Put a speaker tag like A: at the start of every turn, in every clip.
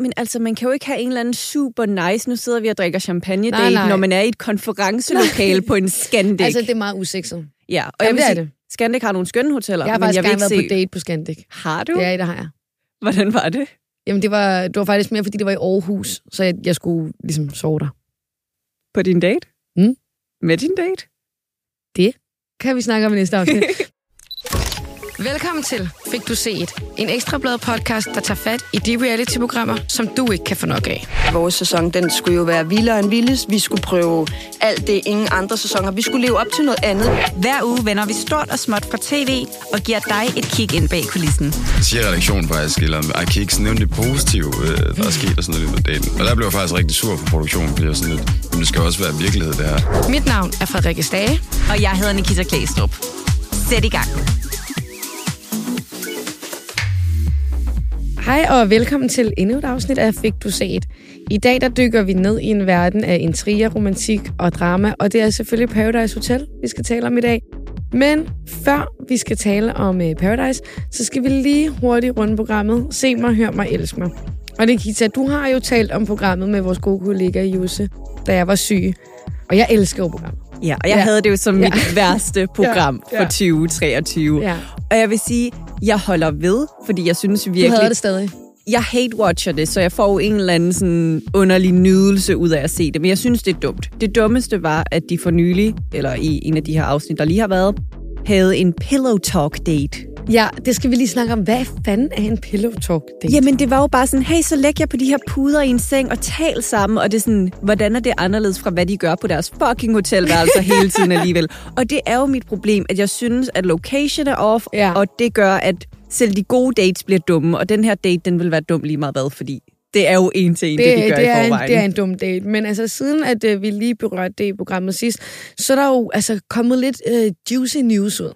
A: Men altså, man kan jo ikke have en eller anden super nice, nu sidder vi og drikker champagne nej,
B: nej.
A: når man er i et konferencelokale på en Scandic.
B: Altså, det er meget usekset.
A: ja, og jeg
B: Jamen,
A: vil
B: det er
A: sige,
B: det.
A: Scandic har nogle skønne hoteller,
B: Jeg har
A: men
B: faktisk
A: jeg vil
B: gerne
A: ikke
B: været
A: se...
B: på date på Scandic.
A: Har du?
B: Ja, det har jeg.
A: Hvordan var det?
B: Jamen, det var, det var faktisk mere, fordi det var i Aarhus, så jeg, jeg skulle ligesom sove der.
A: På din date?
B: Mm.
A: Med din date?
B: Kan vi snakke om i næste afsnit? Velkommen til Fik du set? En ekstrablad podcast, der tager fat i de reality-programmer, som du ikke kan få nok af.
C: Vores sæson, den skulle jo være vildere end vildest. Vi skulle prøve alt det, ingen andre sæsoner. Vi skulle leve op til noget andet.
D: Hver uge vender vi stort og småt fra tv og giver dig et kig ind bag kulissen.
E: siger redaktionen faktisk, eller jeg kan ikke nævne det positive, øh, der er sket og sådan noget lidt med daten. Og der blev jeg faktisk rigtig sur på produktionen, fordi jeg var sådan lidt, men det skal også være virkelighed, det her.
B: Mit navn er Frederikke Stage.
D: Og jeg hedder Nikita Klæstrup. Sæt i gang.
B: Hej og velkommen til endnu et afsnit af Fik du set? I dag der dykker vi ned i en verden af intriger, romantik og drama, og det er selvfølgelig Paradise Hotel, vi skal tale om i dag. Men før vi skal tale om øh, Paradise, så skal vi lige hurtigt runde programmet. Se mig, hør mig, elsk mig. Og Nikita, du har jo talt om programmet med vores gode kollega Jose, da jeg var syg. Og jeg elsker jo programmet.
A: Ja, og jeg
B: Ja.
A: ja. havde det jo som
B: Ja.
A: ja. mit værste program
B: Ja.
A: ja.
B: Ja.
A: for 2023.
B: Ja.
A: Og jeg vil sige, jeg holder ved, fordi jeg synes
B: Du
A: virkelig...
B: havde det stadig.
A: Jeg hate-watcher det, så jeg får jo en eller anden sådan underlig nydelse ud af at se det. Men jeg synes, det er dumt. Det dummeste var, at de for nylig, eller i en af de her afsnit, der lige har været, havde en pillow talk date.
B: Ja, det skal vi lige snakke om. Hvad fanden er en pillow talk? date?
A: Jamen, det var jo bare sådan, hey, så læg jer på de her puder i en seng og tal sammen, og det er sådan, hvordan er det anderledes fra, hvad de gør på deres fucking hotelværelser hele tiden alligevel? Og det er jo mit problem, at jeg synes, at location er off,
B: Ja.
A: ja. og det gør, at selv de gode dates bliver dumme, og den her date, den vil være dum lige meget hvad, fordi det er jo en til en, det, det de gør
B: det,
A: i
B: er en,
A: forvejen.
B: det er en dum date. Men altså, siden at øh, vi lige berørte det i programmet sidst, så er der jo altså, kommet lidt øh, juicy news ud.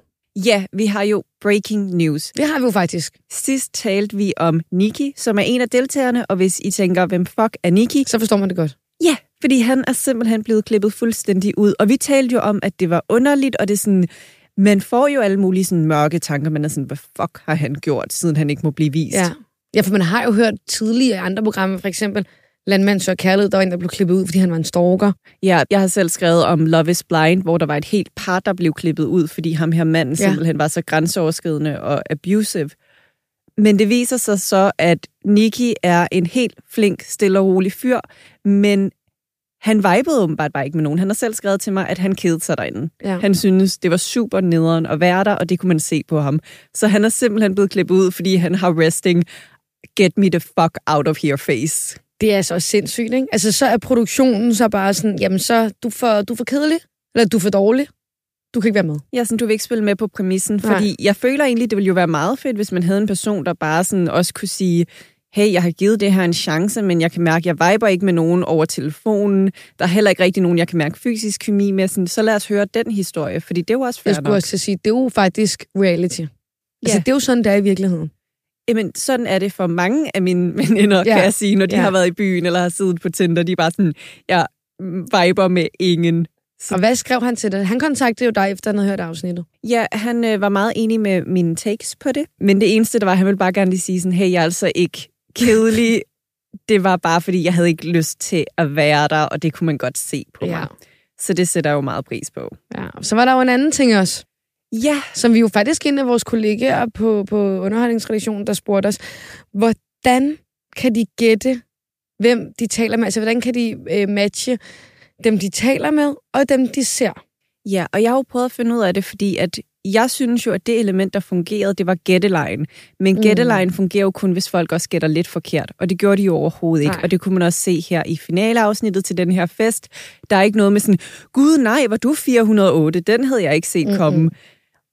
A: Ja, vi har jo breaking news.
B: Det har vi jo faktisk.
A: Sidst talte vi om Nikki, som er en af deltagerne, og hvis I tænker, hvem fuck er Nikki,
B: Så forstår man det godt.
A: Ja, fordi han er simpelthen blevet klippet fuldstændig ud. Og vi talte jo om, at det var underligt, og det er sådan... Man får jo alle mulige sådan, mørke tanker. Man er sådan, hvad fuck har han gjort, siden han ikke må blive vist?
B: Ja. ja, for man har jo hørt tidligere i andre programmer, for eksempel Landmand Sør Kærlighed, der var en, der blev klippet ud, fordi han var en stalker.
A: ja. Jeg har selv skrevet om Love is Blind, hvor der var et helt par, der blev klippet ud, fordi ham her manden
B: Ja.
A: ja. simpelthen var så grænseoverskridende og abusive. Men det viser sig så, at Nikki er en helt flink, stille og rolig fyr, men han vibede åbenbart bare ikke med nogen. Han har selv skrevet til mig, at han kedede sig derinde.
B: Ja.
A: Han synes, det var super nederen at være der, og det kunne man se på ham. Så han er simpelthen blevet klippet ud, fordi han har resting get me the fuck out of here face.
B: Det er altså også sindssygt, ikke? Altså, så er produktionen så bare sådan, jamen så, du er for, du er for kedelig, eller du er for dårlig. Du kan ikke være med.
A: Ja, sådan, du vil ikke spille med på præmissen,
B: Nej.
A: fordi jeg føler egentlig, det ville jo være meget fedt, hvis man havde en person, der bare sådan også kunne sige, hey, jeg har givet det her en chance, men jeg kan mærke, jeg viber ikke med nogen over telefonen. Der er heller ikke rigtig nogen, jeg kan mærke fysisk kemi med. Sådan, så lad os høre den historie, fordi det er jo også fair
B: Jeg skulle
A: nok.
B: også til at sige, det er jo faktisk reality. Altså,
A: Ja.
B: det er jo sådan, det er i virkeligheden.
A: Jamen, sådan er det for mange af mine veninder,
B: Ja.
A: ja. kan jeg sige, når de
B: Ja.
A: ja. har været i byen eller har siddet på Tinder. De er bare sådan, jeg viber med ingen.
B: Og hvad skrev han til dig? Han kontaktede jo dig, efter han havde hørt afsnittet.
A: Ja, han øh, var meget enig med mine takes på det. Men det eneste, der var, han ville bare gerne lige sige sådan, hey, jeg er altså ikke kedelig. det var bare, fordi jeg havde ikke lyst til at være der, og det kunne man godt se på
B: Ja.
A: mig. Så det sætter jeg jo meget pris på.
B: Ja, så var der jo en anden ting også,
A: Ja,
B: som vi jo faktisk en af vores kollegaer på, på underholdningsredaktionen, der spurgte os, hvordan kan de gætte, hvem de taler med? Altså, hvordan kan de øh, matche dem, de taler med, og dem, de ser?
A: Ja, og jeg har jo prøvet at finde ud af det, fordi at jeg synes jo, at det element, der fungerede, det var gættelejen. Men
B: Mm.
A: gættelejen fungerer jo kun, hvis folk også gætter lidt forkert, og det gjorde de jo overhovedet ikke.
B: Nej.
A: Og det kunne man også se her i finaleafsnittet til den her fest. Der er ikke noget med sådan, gud nej, var du 408, den havde jeg ikke set komme. Mm-hmm.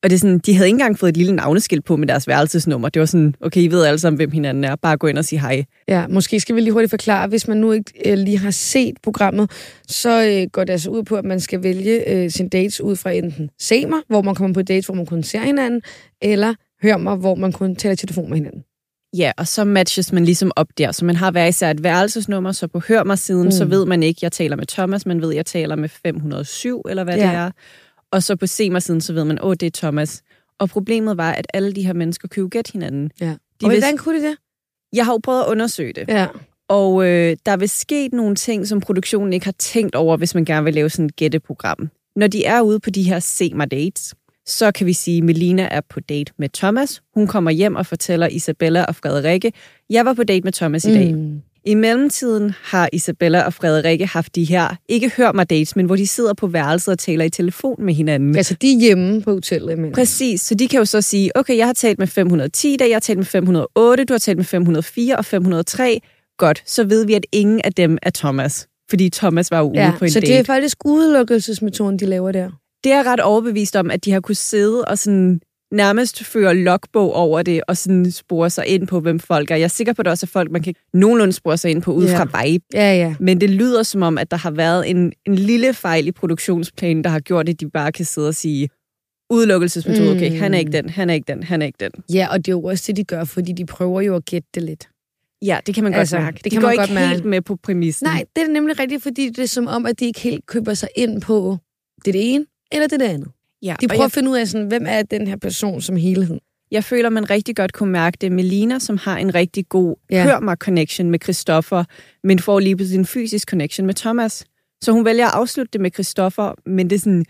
A: Og det er sådan, de havde ikke engang fået et lille navneskilt på med deres værelsesnummer. Det var sådan, okay, I ved alle sammen, hvem hinanden er. Bare gå ind og sige hej.
B: Ja, måske skal vi lige hurtigt forklare, hvis man nu ikke øh, lige har set programmet, så øh, går det altså ud på, at man skal vælge øh, sin dates ud fra enten se mig, hvor man kommer på dates, hvor man kun ser hinanden, eller hør mig, hvor man kun taler i telefon med hinanden.
A: Ja, og så matches man ligesom op der. Så man har hver især et værelsesnummer, så på hør mig siden,
B: Mm.
A: mm. så ved man ikke, jeg taler med Thomas, man ved, jeg taler med 507, eller hvad ja.
B: Ja.
A: det er. Og så på se mig siden, så ved man, åh, det er Thomas. Og problemet var, at alle de her mennesker kunne jo gætte hinanden.
B: Ja.
A: De vidste-
B: kunne de det?
A: Jeg har jo prøvet at undersøge det,
B: Ja.
A: Og øh, der er vist sket nogle ting, som produktionen ikke har tænkt over, hvis man gerne vil lave sådan et gætteprogram. Når de er ude på de her Se mig dates, så kan vi sige, at Melina er på date med Thomas. Hun kommer hjem og fortæller Isabella og Frederikke, jeg var på date med Thomas i dag. Mm. I mellemtiden har Isabella og Frederikke haft de her, ikke hør mig dates, men hvor de sidder på værelset og taler i telefon med hinanden.
B: Altså, de er hjemme på hotellet, men...
A: Præcis, så de kan jo så sige, okay, jeg har talt med 510 i dag, jeg har talt med 508, du har talt med 504 og 503. Godt, så ved vi, at ingen af dem er Thomas. Fordi Thomas var jo ude
B: Ja,
A: ja, på en
B: så
A: date.
B: det er faktisk udelukkelsesmetoden, de laver der.
A: det er jeg ret overbevist om, at de har kunne sidde og sådan nærmest føre logbog over det, og sådan spore sig ind på, hvem folk er. Jeg er sikker på, at det også er folk, man kan nogenlunde spore sig ind på ud
B: Ja.
A: ja. fra vibe.
B: Ja, ja.
A: Men det lyder som om, at der har været en, en lille fejl i produktionsplanen, der har gjort, at de bare kan sidde og sige, udelukkelsesmetode, okay,
B: Mm.
A: han er ikke den, han er ikke den, han er ikke den.
B: Ja, og det er jo også det, de gør, fordi de prøver jo at gætte det lidt.
A: Ja, det kan man godt
B: Altså,
A: altså, mærke.
B: det
A: Det kan
B: kan
A: de går
B: man
A: ikke
B: godt mærke.
A: helt med på præmissen.
B: Nej, det er nemlig rigtigt, fordi det er som om, at de ikke helt køber sig ind på det, er det ene eller det, er det andet.
A: ja.
B: De
A: De
B: prøver
A: prøver...
B: at finde ud af, sådan, hvem er den her person som helhed.
A: jeg, jeg føler, man rigtig godt kunne mærke det med Lina, som har en rigtig god
B: Ja.
A: ja. hør mig connection med Christoffer, men får lige pludselig en fysisk connection med Thomas. Så hun vælger at afslutte det med Christoffer, men det er sådan,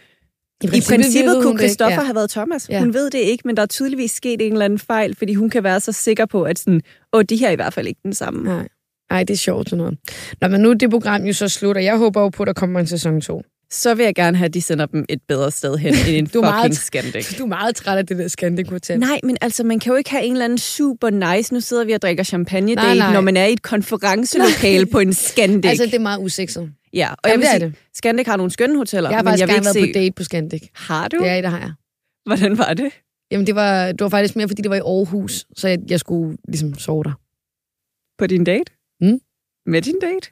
B: I
A: I princippet
B: ved hun
A: kunne
B: det ikke,
A: Christoffer ja.
B: ja.
A: have været Thomas.
B: Ja.
A: Ja. Hun ved det ikke, men der er tydeligvis sket en eller anden fejl, fordi hun kan være så sikker på, at sådan, Åh, de her er i hvert fald ikke den samme. Ja.
B: Nej. Ej, det er sjovt sådan noget. Nå, men nu er det program jo så slut, og jeg håber jo på, at der kommer en sæson 2.
A: Så vil jeg gerne have, at de sender dem et bedre sted hen end en
B: Du er meget-
A: fucking skandik.
B: Du er meget træt af det der Scandic Hotel.
A: Nej, men altså, man kan jo ikke have en eller anden super nice, nu sidder vi og drikker champagne
B: Nej,
A: nej,
B: nej.
A: nej. når man er i et konferencelokale på en Scandic.
B: altså, det er meget usikset.
A: ja, og
B: Jamen,
A: jeg vil
B: det er
A: sige, Scandic har nogle skønne hoteller,
B: Jeg har
A: men
B: faktisk
A: jeg vil
B: gerne
A: ikke
B: været
A: se...
B: på date på Scandic.
A: Har du?
B: Ja, det har jeg.
A: Hvordan var det?
B: Jamen, det var, det var faktisk mere, fordi det var i Aarhus, så jeg, jeg skulle ligesom sove der.
A: På din date?
B: Mm.
A: Med din date?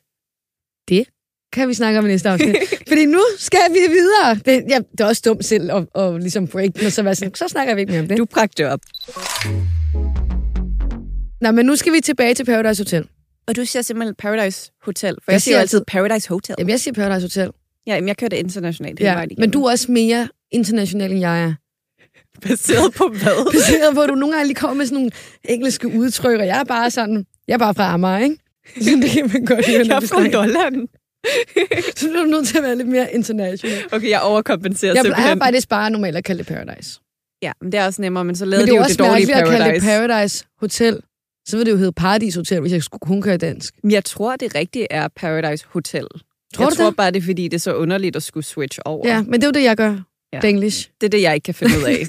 B: kan vi snakke om i næste afsnit. Fordi nu skal vi videre. Det, ja, det er også dumt selv at, at ligesom break den, og så være sådan, så snakker vi ikke mere om det.
A: Du bragte det op.
B: Nå, men nu skal vi tilbage til Paradise Hotel.
A: Og du siger simpelthen Paradise Hotel, for
B: Jeg
A: jeg, jeg siger jo
B: siger
A: altid Paradise Hotel.
B: Jamen, jeg siger Paradise Hotel.
A: Ja, jamen, jeg kører det internationalt. hele
B: Ja,
A: vejen igennem.
B: men du er også mere international, end jeg er.
A: baseret på hvad?
B: Baseret på, at du nogle gange lige kommer med sådan nogle engelske udtryk, og jeg er bare sådan, jeg er bare fra Amager, ikke? Så det kan man godt høre,
A: jeg
B: når
A: er
B: vi
A: fra
B: snakker.
A: Lolland.
B: Så er du nødt til at være lidt mere international.
A: Okay, jeg overkompenserer
B: Jeg plejer
A: simpelthen.
B: faktisk bare normalt at kalde det Paradise.
A: Ja, men det er også nemmere, men så lavede
B: Men det er
A: de
B: jo
A: jo
B: også
A: det dårlige
B: mærkeligt at kalde det
A: Paradise.
B: Paradise Hotel. Så ville det jo hedde Paradis Hotel, hvis jeg skulle kun køre dansk.
A: Men Jeg tror, det rigtige er Paradise Hotel.
B: Tror
A: jeg
B: du
A: tror
B: det?
A: bare, det er fordi, det er så underligt at skulle switch over.
B: Ja, men det er jo det, jeg gør. Ja.
A: Ja.
B: English.
A: Det er det, jeg ikke kan finde ud af.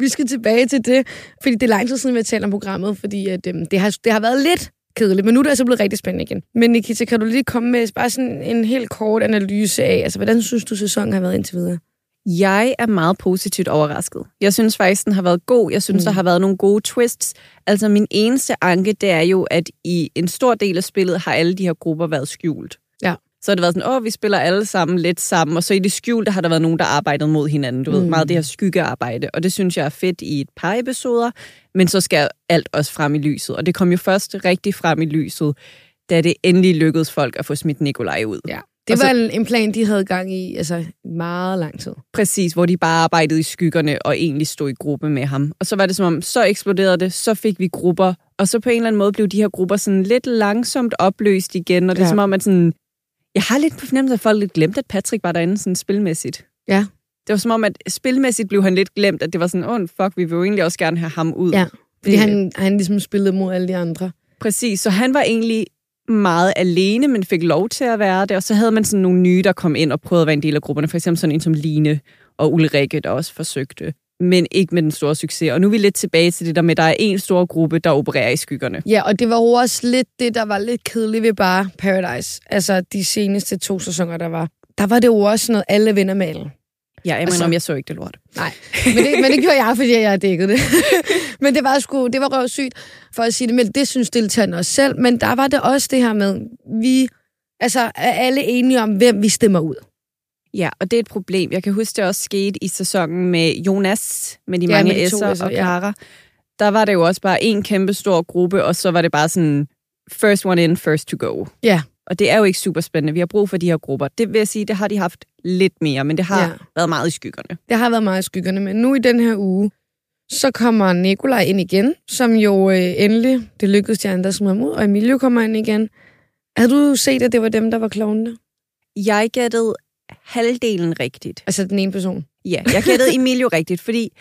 B: Vi skal tilbage til det, fordi det er lang tid siden, vi har talt om programmet, fordi at, øhm, det, har, det har været lidt kedeligt, men nu er det altså blevet rigtig spændende igen. Men Nikita, kan du lige komme med bare sådan en helt kort analyse af, altså hvordan synes du, sæsonen har været indtil videre?
A: jeg er meget positivt overrasket. Jeg synes faktisk, den har været god. Jeg synes, mm. der har været nogle gode twists. Altså, min eneste anke, det er jo, at i en stor del af spillet har alle de her grupper været skjult.
B: Ja.
A: Så har det været sådan, åh, vi spiller alle sammen lidt sammen, og så i det skjulte har der været nogen, der arbejdede mod hinanden. Du mm. ved, meget det her skyggearbejde, og det synes jeg er fedt i et par episoder, men så skal alt også frem i lyset. Og det kom jo først rigtig frem i lyset, da det endelig lykkedes folk at få smidt Nikolaj ud.
B: Ja. Det
A: Og så-
B: var en, en plan, de havde gang i, altså meget lang tid.
A: Præcis, hvor de bare arbejdede i skyggerne og egentlig stod i gruppe med ham. Og så var det som om, så eksploderede det, så fik vi grupper, og så på en eller anden måde blev de her grupper sådan lidt langsomt opløst igen, og det er
B: Ja.
A: ja. som om, at sådan, jeg har lidt på fornemmelse, at folk lidt glemte, at Patrick var derinde sådan spilmæssigt.
B: Ja.
A: Det var som om, at spilmæssigt blev han lidt glemt, at det var sådan, åh, oh, fuck, vi vil jo egentlig også gerne have ham ud.
B: Ja, Fordi
A: Det-
B: han, han ligesom spillede mod alle de andre.
A: Præcis, så han var egentlig meget alene, men fik lov til at være det, og så havde man sådan nogle nye, der kom ind og prøvede at være en del af grupperne, for eksempel sådan en som Line og Ulrikke, der også forsøgte, men ikke med den store succes. Og nu er vi lidt tilbage til det der med, at der er en stor gruppe, der opererer i skyggerne.
B: Ja, og det var jo også lidt det, der var lidt kedeligt ved bare Paradise. Altså de seneste to sæsoner, der var. Der var det jo også noget, alle venner med alle.
A: Ja, jeg mener,
B: Altså-
A: om jeg så ikke det lort.
B: Nej, men det, men det gjorde jeg, fordi jeg dækkede det. men det var sgu, det var røvsygt, for at sige det, men det synes deltagerne også selv. Men der var det også det her med, vi altså, er alle enige om, hvem vi stemmer ud.
A: Ja, og det er et problem. Jeg kan huske, det også skete i sæsonen med Jonas, med de
B: Ja,
A: mange
B: med de to
A: S'er
B: S'er,
A: og
B: ja.
A: Clara. Der var det jo også bare en kæmpe stor gruppe, og så var det bare sådan, first one in, first to go.
B: Ja.
A: Og det er jo ikke super spændende. Vi har brug for de her grupper. Det vil jeg sige, det har de haft lidt mere, men det har
B: Ja.
A: ja. været meget i skyggerne.
B: Det har været meget i skyggerne, men nu i den her uge, Så kommer Nikolaj ind igen, som jo øh, endelig, det lykkedes de andre, som ham ud, og Emilio kommer ind igen. Havde du set, at det var dem, der var klovnene?
A: Jeg gættede halvdelen rigtigt.
B: Altså den ene person.
A: Ja, jeg gættede Emilio rigtigt, fordi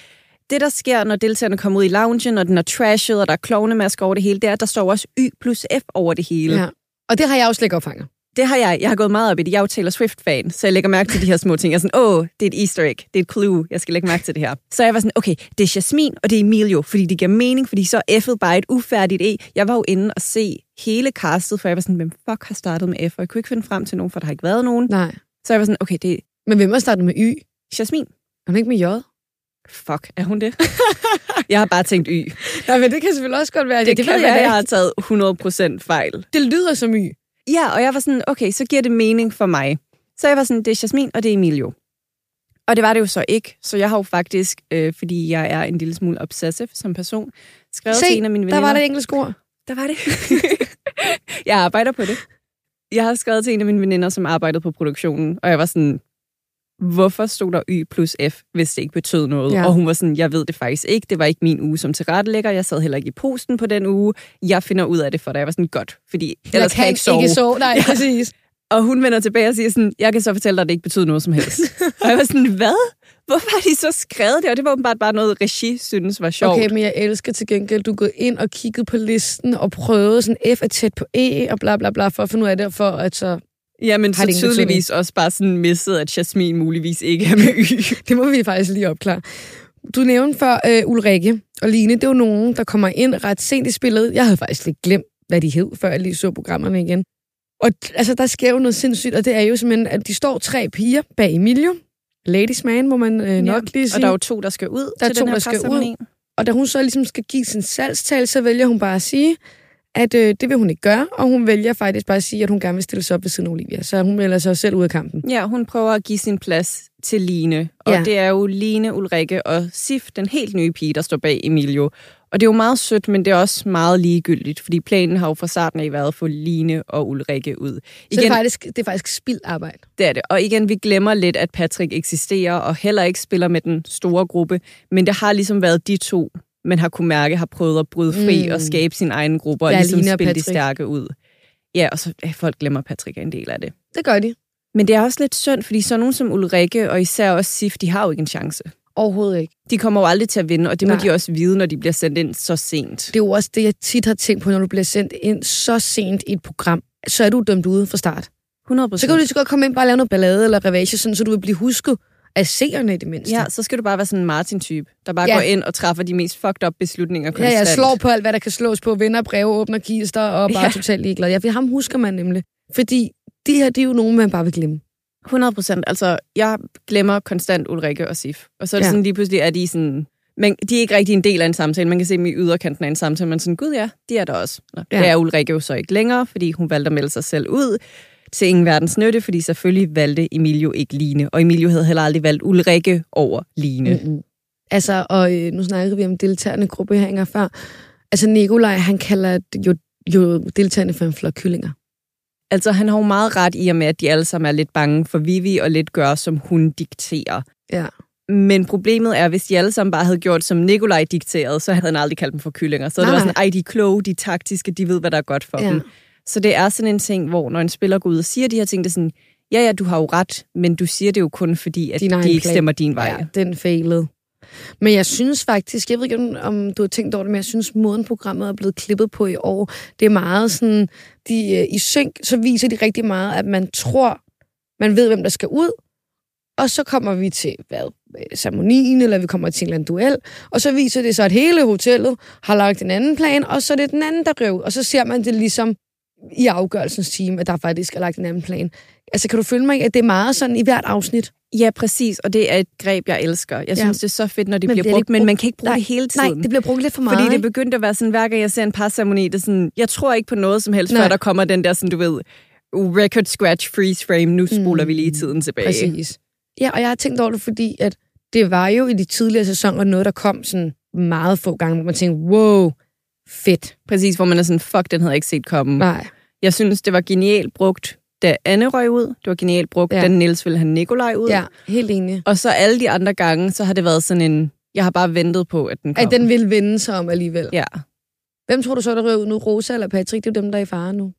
A: det, der sker, når deltagerne kommer ud i loungen, og den er trashet, og der er klovnemasker over det hele, det er, at der står også Y plus F over det hele. Ja.
B: Ja. Og det har jeg jo slet ikke opfanget.
A: Det har jeg. Jeg har gået meget op i det. Jeg er jo Taylor Swift-fan, så jeg lægger mærke til de her små ting. Jeg er sådan, åh, det er et easter egg. Det er et clue. Jeg skal lægge mærke til det her. Så jeg var sådan, okay, det er Jasmin, og det er Emilio, fordi det giver mening, fordi så er F'et bare et ufærdigt E. Jeg var jo inde og se hele castet, for jeg var sådan, hvem fuck har startet med F? Og jeg kunne ikke finde frem til nogen, for der har ikke været nogen.
B: Nej.
A: Så jeg var sådan, okay, det er
B: Men hvem har startet med Y?
A: Jasmin.
B: Er hun ikke med J?
A: Fuck, er hun det? jeg har bare tænkt Y.
B: Nej, men det kan selvfølgelig også godt være.
A: Det, det kan være,
B: være.
A: at jeg har taget 100% fejl.
B: Det lyder som Y.
A: Ja, og jeg var sådan, okay, så giver det mening for mig. Så jeg var sådan, det er Jasmin, og det er Emilio. Og det var det jo så ikke, så jeg har jo faktisk, øh, fordi jeg er en lille smule obsessive som person, skrevet
B: Se,
A: til en af mine
B: der
A: veninder.
B: var der et engelsk ord.
A: Der var det. jeg arbejder på det. Jeg har skrevet til en af mine veninder, som arbejdede på produktionen, og jeg var sådan, hvorfor stod der Y plus F, hvis det ikke betød noget?
B: Ja.
A: Ja. Og hun var sådan, jeg ved det faktisk ikke, det var ikke min uge som tilrettelægger, jeg sad heller ikke i posten på den uge, jeg finder ud af det for dig. Jeg var sådan, godt, fordi ellers kan jeg ikke sove.
B: ikke sove. Nej, ja. præcis.
A: Og hun vender tilbage og siger sådan, jeg kan så fortælle dig, at det ikke betyder noget som helst. og jeg var sådan, hvad? Hvorfor har de så skrevet det? Og det var åbenbart bare noget, regi synes var sjovt.
B: Okay, men jeg elsker til gengæld, du er gået ind og kigget på listen og prøvet sådan F er tæt på E og bla bla bla for at finde ud af det, og for at så...
A: Ja, men
B: Har
A: så
B: det ingen
A: tydeligvis også bare sådan misset, at Jasmin muligvis ikke er med Y.
B: Det må vi faktisk lige opklare. Du nævnte før øh, Ulrikke og Line, det er jo nogen, der kommer ind ret sent i spillet. Jeg havde faktisk lidt glemt, hvad de hed, før jeg lige så programmerne igen. Og t- altså, der sker jo noget sindssygt, og det er jo simpelthen, at de står tre piger bag Emilio. Ladies man, må man øh, nok lige sige.
A: Og der er jo to, ligesom- der skal ud
B: Der er
A: til
B: to,
A: den her
B: der skal
A: presseceremoni.
B: Og da hun så ligesom skal give sin salgstal, så vælger hun bare at sige, at øh, det vil hun ikke gøre, og hun vælger faktisk bare at sige, at hun gerne vil stille sig op ved siden af Olivia. Så hun melder sig selv ud af kampen.
A: Ja, hun prøver at give sin plads til Line. Og
B: Ja.
A: ja. det er jo Line, Ulrikke og Sif, den helt nye pige, der står bag Emilio. Og det er jo meget sødt, men det er også meget ligegyldigt, fordi planen har jo fra starten af været at få Line og Ulrikke ud.
B: Så det er faktisk, det er faktisk spild arbejde.
A: Det er det. Og igen, vi glemmer lidt, at Patrick eksisterer og heller ikke spiller med den store gruppe. Men det har ligesom været de to, man har kunne mærke, har prøvet at bryde fri
B: Mm.
A: mm. og skabe sin egen gruppe og
B: Ja,
A: ligesom
B: Line og
A: spille de
B: Patrick.
A: stærke ud. Ja, og så ja, folk glemmer, at Patrick er en del af det.
B: Det gør de.
A: Men det er også lidt synd, fordi sådan nogen som Ulrikke og især også Sif, de har jo ikke en chance.
B: Overhovedet ikke.
A: De kommer jo aldrig til at vinde, og det må
B: Nej.
A: de også vide, når de bliver sendt ind så sent.
B: Det er jo også det, jeg tit har tænkt på, når du bliver sendt ind så sent i et program. Så er du dømt ude fra start.
A: 100
B: Så kan du lige så godt komme ind bare og lave noget ballade eller revage, sådan, så du vil blive husket af seerne i det mindste.
A: Ja, så skal du bare være sådan en Martin-type, der bare
B: Ja.
A: ja. går ind og træffer de mest fucked up beslutninger konstant.
B: Ja, jeg slår på alt, hvad der kan slås på. Vinder breve, åbner kister og bare ja.
A: Ja.
B: totalt ligeglad. Ja, for ham husker man nemlig. Fordi de her, det er jo nogen, man bare vil glemme.
A: 100 procent. Altså, jeg glemmer konstant Ulrikke og Sif. Og så er det
B: Ja.
A: ja. sådan lige pludselig, at de sådan... Men de er ikke rigtig en del af en samtale. Man kan se dem i yderkanten af en samtale. Man er sådan, gud ja, de er der også. Nå,
B: Ja.
A: ja. Det er Ulrikke jo så ikke længere, fordi hun valgte at melde sig selv ud til ingen verdens nytte, fordi selvfølgelig valgte Emilio ikke Line. Og Emilio havde heller aldrig valgt Ulrikke over Line. Mm.
B: Mm-mm. Altså, og øh, nu snakkede vi om deltagende gruppehænger før. Altså, Nikolaj, han kalder det jo, jo deltagende for en flok kyllinger.
A: Altså, han har jo meget ret i og med, at de alle sammen er lidt bange for Vivi og lidt gør, som hun dikterer.
B: Ja.
A: Men problemet er, hvis de alle sammen bare havde gjort, som Nikolaj dikterede, så havde han aldrig kaldt dem for kyllinger. Så
B: Nej,
A: det var
B: nej.
A: sådan, ej, de er kloge, de er taktiske, de ved, hvad der er godt for
B: Ja.
A: ja. dem. Så det er sådan en ting, hvor når en spiller går ud og siger de her ting, det er sådan, ja, ja, du har jo ret, men du siger det jo kun fordi, at
B: Din
A: de
B: egen
A: ikke
B: plan.
A: stemmer din vej.
B: Ja, den failede. Men jeg synes faktisk, jeg ved ikke, om- om du har tænkt over det, men jeg synes, måden programmet er blevet klippet på i år, det er meget sådan, de, øh, i synk, så viser de rigtig meget, at man tror, man ved, hvem der skal ud, og så kommer vi til, hvad, øh, ceremonien, eller vi kommer til en eller anden duel, og så viser det så, at hele hotellet har lagt en anden plan, og så er det den anden, der røv, og så ser man det ligesom i afgørelsens time, at der faktisk er lagt en anden plan. Altså, kan du følge mig i, at det er meget sådan i hvert afsnit?
A: Ja, præcis, og det er et greb, jeg elsker. Jeg
B: Ja.
A: ja. synes, det er så fedt, når det
B: Men
A: men bliver
B: bliver det
A: brugt,
B: ikke
A: men
B: brugt-
A: man kan ikke bruge
B: Nej,
A: det hele
B: Nej,
A: tiden.
B: det bliver brugt lidt for meget.
A: Fordi det
B: ikke?
A: begyndte at være sådan, hver gang jeg ser en parceremoni, det er sådan, jeg tror ikke på noget som helst,
B: Nej.
A: Nej. før der kommer den der, sådan du ved, record scratch freeze frame, nu spoler mm. vi lige tiden tilbage.
B: Præcis. Ja, og jeg har tænkt over det, fordi at det var jo i de tidligere sæsoner noget, der kom sådan meget få gange, hvor man tænkte, wow, fedt.
A: Præcis, hvor man er sådan, fuck, den havde jeg ikke set komme. Nej.
B: Nej.
A: Jeg synes, det var genialt brugt, da Anne røg ud. Det var genialt brugt,
B: Ja.
A: ja. da Niels ville have Nikolaj ud.
B: Ja, helt enig.
A: Og så alle de andre gange, så har det været sådan en, Jeg har bare ventet på, at den kom.
B: At den vil vende sig om alligevel.
A: Ja,
B: Hvem tror du så, der rører ud nu? Rosa eller Patrick? Det er jo dem, der er i fare nu.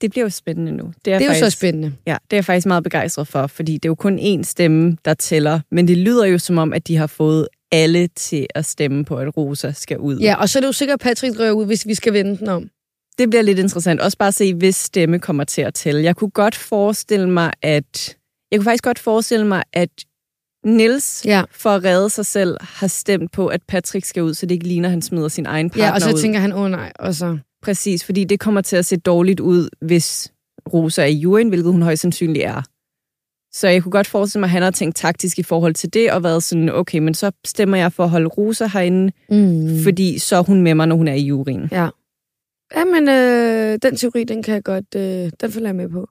A: det bliver jo spændende nu.
B: Det er jo
A: faktisk,
B: så spændende.
A: Ja, det er jeg faktisk meget begejstret for, fordi det er jo kun én stemme, der tæller. Men det lyder jo som om, at de har fået alle til at stemme på, at Rosa skal ud.
B: Ja, og så er det jo sikkert, at Patrick rører ud, hvis vi skal vende den om.
A: Det bliver lidt interessant. Også bare at se, hvis stemme kommer til at tælle. Jeg kunne godt forestille mig, at... Jeg kunne faktisk godt forestille mig, at Nils
B: Ja.
A: for at redde sig selv, har stemt på, at Patrick skal ud, så det ikke ligner, at han smider sin egen partner
B: Ja, og så
A: ud.
B: tænker han, åh oh, nej, og så...
A: Præcis, fordi det kommer til at se dårligt ud, hvis Rosa er i juryen, hvilket hun højst sandsynligt er. Så jeg kunne godt forestille mig, at han har tænkt taktisk i forhold til det, og været sådan, okay, men så stemmer jeg for at holde Rosa herinde,
B: Mm.
A: mm. fordi så er hun med mig, når hun er i juryen.
B: Ja. Jamen, øh, den teori, den kan jeg godt, øh, den følger jeg med på.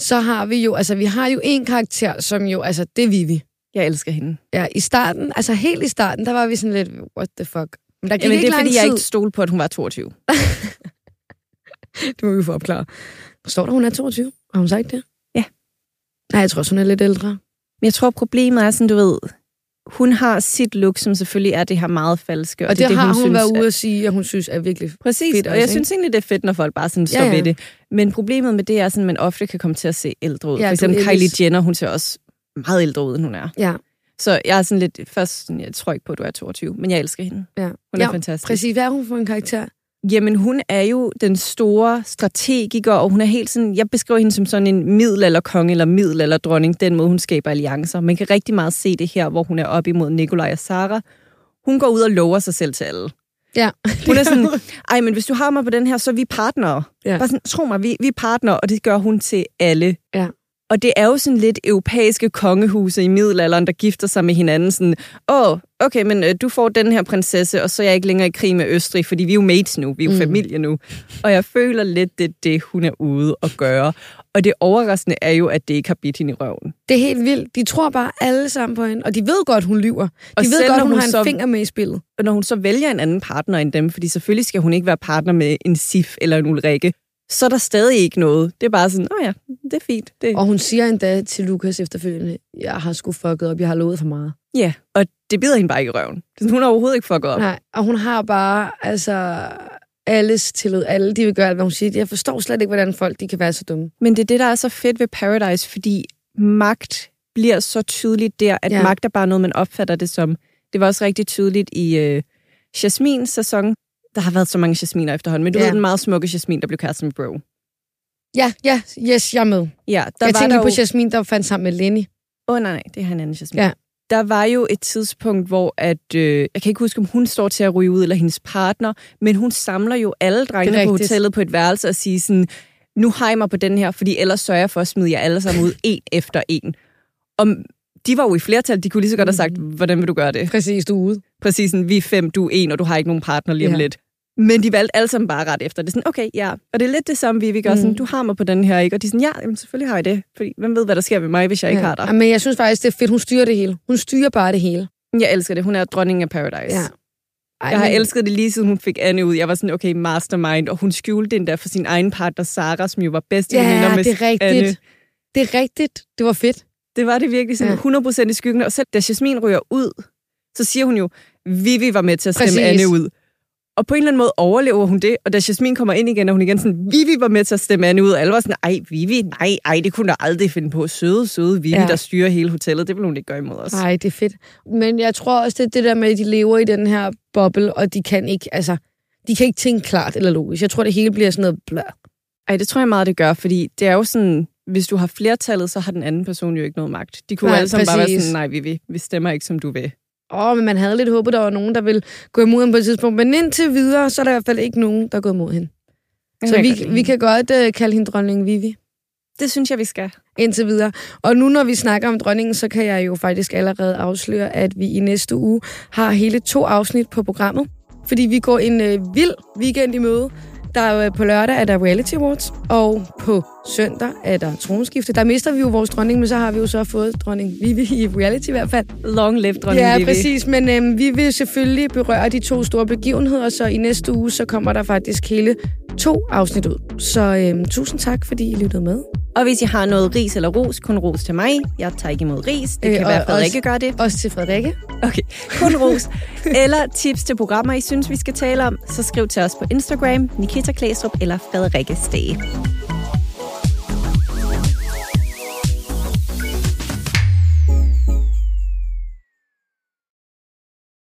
B: Så har vi jo, altså vi har jo en karakter, som jo, altså det er Vivi.
A: Jeg elsker hende.
B: Ja, i starten, altså helt i starten, der var vi sådan lidt, what the fuck. Men der gik
A: Jamen,
B: ikke
A: det er,
B: lang
A: fordi
B: tid.
A: jeg ikke stole på, at hun var 22.
B: Det må vi få opklaret. Står der, hun er 22? Har hun sagt det?
A: Ja.
B: Nej, jeg tror også, hun er lidt ældre.
A: Men jeg tror, problemet er sådan, du ved, hun har sit look, som selvfølgelig er det her meget falske.
B: Og, og det, det, har hun,
A: synes,
B: været
A: er-
B: ude at sige, at hun synes er virkelig...
A: Præcis,
B: fedt
A: fedt og
B: også,
A: jeg
B: ikke?
A: synes egentlig, det er fedt, når folk bare sådan står
B: Ja,
A: ja,
B: ja.
A: ja. ved det. Men problemet med det er, sådan, at man ofte kan komme til at se ældre ud.
B: Ja,
A: Ja, For
B: du
A: eksempel
B: elsker-
A: Kylie Jenner, hun ser også meget ældre ud, end hun er.
B: Ja,
A: Så jeg er sådan lidt, først, sådan, jeg tror ikke på, at du er 22, men jeg elsker hende.
B: ja.
A: Hun er
B: ja,
A: fantastisk.
B: Præcis, hvad er hun for en karakter?
A: Jamen, hun er jo den store strategiker, og hun er helt sådan, jeg beskriver hende som sådan en middelalderkonge eller middelalderdronning, den måde, hun skaber alliancer. Man kan rigtig meget se det her, hvor hun er op imod Nikolaj og Sara. Hun går ud og lover sig selv til alle.
B: Ja.
A: Hun er sådan, ej, men hvis du har mig på den her, så er vi partnere.
B: Ja.
A: Ja. Bare sådan, tro mig, vi, vi er partnere, og det gør hun til alle.
B: Ja.
A: Og det er jo sådan lidt europæiske kongehuse i middelalderen, der gifter sig med hinanden. Sådan, åh, okay, men øh, du får den her prinsesse, og så er jeg ikke længere i krig med Østrig, fordi vi er jo mates nu, vi er jo mm. familie nu. Og jeg føler lidt, det er det, hun er ude at gøre. Og det overraskende er jo, at det ikke har bidt hende i røven.
B: Det er helt vildt. De tror bare alle sammen på hende, og de ved godt, hun lyver. De
A: Og
B: ved
A: selv
B: godt,
A: når
B: hun, hun
A: hun
B: har en så...
A: så-
B: finger med i spillet.
A: Og når hun så vælger en anden partner end dem, fordi selvfølgelig skal hun ikke være partner med en Sif eller en Ulrikke, så er der stadig ikke noget. Det er bare sådan, åh ja, det er fint. Det.
B: Og hun siger endda til Lukas efterfølgende, jeg har sgu fucket op, jeg har lovet for meget.
A: Ja, og det bider hende bare ikke i røven. Det er sådan, Hun har overhovedet ikke fucket op.
B: Nej, og hun har bare, altså, alles tillid. Alle, de vil gøre alt, hvad hun siger. Jeg forstår slet ikke, hvordan folk, de kan være så dumme.
A: Men det er det, der er så fedt ved Paradise, fordi magt bliver så tydeligt der, at
B: Ja.
A: ja. magt er bare noget, man opfatter det som. Det var også rigtig tydeligt i øh, Jasmins sæson. Der har været så mange jasminer efterhånden, men du
B: Ja.
A: ja. ved den meget smukke jasmin, der blev kæreste med Bro.
B: Ja, ja, yes, jeg er med.
A: Ja,
B: Der
A: der
B: jeg
A: var
B: tænkte
A: der
B: lige på
A: jo...
B: Jasmin, der fandt sammen med Lenny.
A: Åh oh, nej, nej, det er en anden jasmin.
B: Ja.
A: Der var jo et tidspunkt, hvor at, øh, jeg kan ikke huske, om hun står til at ryge ud, eller hendes partner, men hun samler jo alle drengene på
B: rigtigt.
A: hotellet på et værelse og siger sådan, nu har I mig på den her, fordi ellers sørger jeg for at smide jer alle sammen ud, en efter en. Og de var jo i flertal, de kunne lige så godt have sagt,
B: Mm.
A: hvordan vil du gøre det?
B: Præcis, du er ude.
A: Præcis sådan, vi er fem, du er en, og du har ikke nogen partner lige om
B: Ja.
A: lidt. Men de valgte alle sammen bare ret efter. Det er sådan, okay, ja. Og det er lidt det samme, vi gør.
B: Mm.
A: Sådan, du har mig på den her, ikke? Og de er sådan, ja, jamen, selvfølgelig har jeg det. Fordi hvem ved, hvad der sker med mig, hvis jeg ikke har dig?
B: Ja, men jeg synes faktisk, det er fedt. Hun styrer det hele. Hun styrer bare det hele.
A: Jeg elsker det. Hun er dronningen af Paradise.
B: Ja. Ej,
A: Jeg har
B: men-
A: elsket det lige siden hun fik Anne ud. Jeg var sådan, okay, mastermind. Og hun skjulte den der for sin egen partner, Sara, som jo var bedst
B: Ja,
A: veninder med
B: det er rigtigt.
A: Anne.
B: Det er rigtigt. Det var fedt.
A: Det var det virkelig
B: Ja.
A: sådan 100% i skyggen. Og selv da Jasmin ryger ud, så siger hun jo, Vivi var med til at stemme
B: Præcis.
A: Anne ud. Og på en eller anden måde overlever hun det. Og da Jasmin kommer ind igen, er hun igen sådan, Vivi var med til at stemme Anne ud. Og alle var sådan, ej, Vivi, nej, ej, det kunne du aldrig finde på. Søde, søde Vivi,
B: Ja.
A: ja. der styrer hele hotellet. Det vil hun ikke gøre imod os.
B: Nej, det er fedt. Men jeg tror også, det er det der med, at de lever i den her boble, og de kan ikke, altså, de kan ikke tænke klart eller logisk. Jeg tror, det hele bliver sådan noget blå.
A: Ej, det tror jeg meget, det gør, fordi det er jo sådan, hvis du har flertallet, så har den anden person jo ikke noget magt. De kunne
B: Nej,
A: nej, alle sammen bare være
B: præcis.
A: sådan, nej, vi, vi, vi stemmer ikke, som du vil.
B: Åh, men man havde lidt håbet, der var nogen, der ville gå imod hende på et tidspunkt. Men indtil videre, så er der i hvert fald ikke nogen, der går imod hende.
A: Det
B: Så
A: kan jeg godt
B: vi,
A: lide.
B: vi kan godt øh, kalde hende dronning Vivi.
A: Det synes jeg, vi skal.
B: indtil videre. Og nu når vi snakker om dronningen, så kan jeg jo faktisk allerede afsløre, at vi i næste uge har hele to afsnit på programmet. Fordi vi går en øh, vild weekend i møde. Der er jo, øh, på lørdag er der Reality Awards, og på søndag er der tronskifte. Der mister vi jo vores dronning, men så har vi jo så fået dronning Vivi i reality i hvert fald.
A: Long live dronning
B: Ja,
A: Vivi.
B: præcis, men øhm, vi vil selvfølgelig berøre de to store begivenheder, så i næste uge, så kommer der faktisk hele to afsnit ud. Så øhm, tusind tak, øh, fordi I lyttede med.
A: Og hvis I har noget ris eller ros, kun ros til mig. Jeg tager ikke imod ris. Det
B: Øh,
A: øh, kan
B: og
A: være, at Frederikke
B: også-
A: gør det.
B: Også til Frederikke.
A: Okay, kun ros. eller tips til programmer, I synes, vi skal tale om, så skriv til os på Instagram, Nikita Klæstrup eller Frederikke Stage.